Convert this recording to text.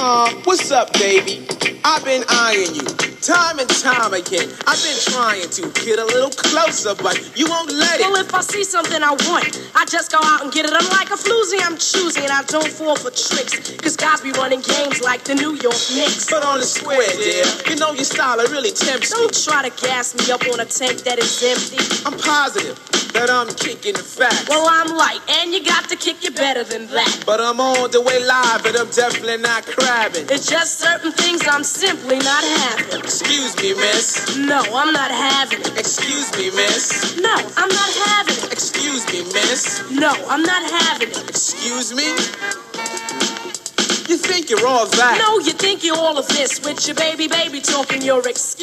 Uh, what's up, baby? I've been eyeing you time and time again. I've been trying to get a little closer, but you won't let it. Well, if I see something I want, I just go out and get it. I'm like a floozy, I'm choosing, and I don't fall for tricks. Cause guys be running games like the New York Knicks. But on the square, dear, you know your style it really tempts me. Don't try to gas me up on a tank that is empty. I'm positive that I'm kicking the facts. Well, I'm like, and you got to kick it better than that. But I'm on the way live, and I'm definitely not crabbing. It's just certain things I'm simply not having. Excuse me, miss. No, I'm not having it. Excuse me, miss. No, I'm not having it. Excuse me, miss. No, I'm not having it. Excuse me? You think you're all that? No, you think you're all of this with your baby, baby talking your excuse.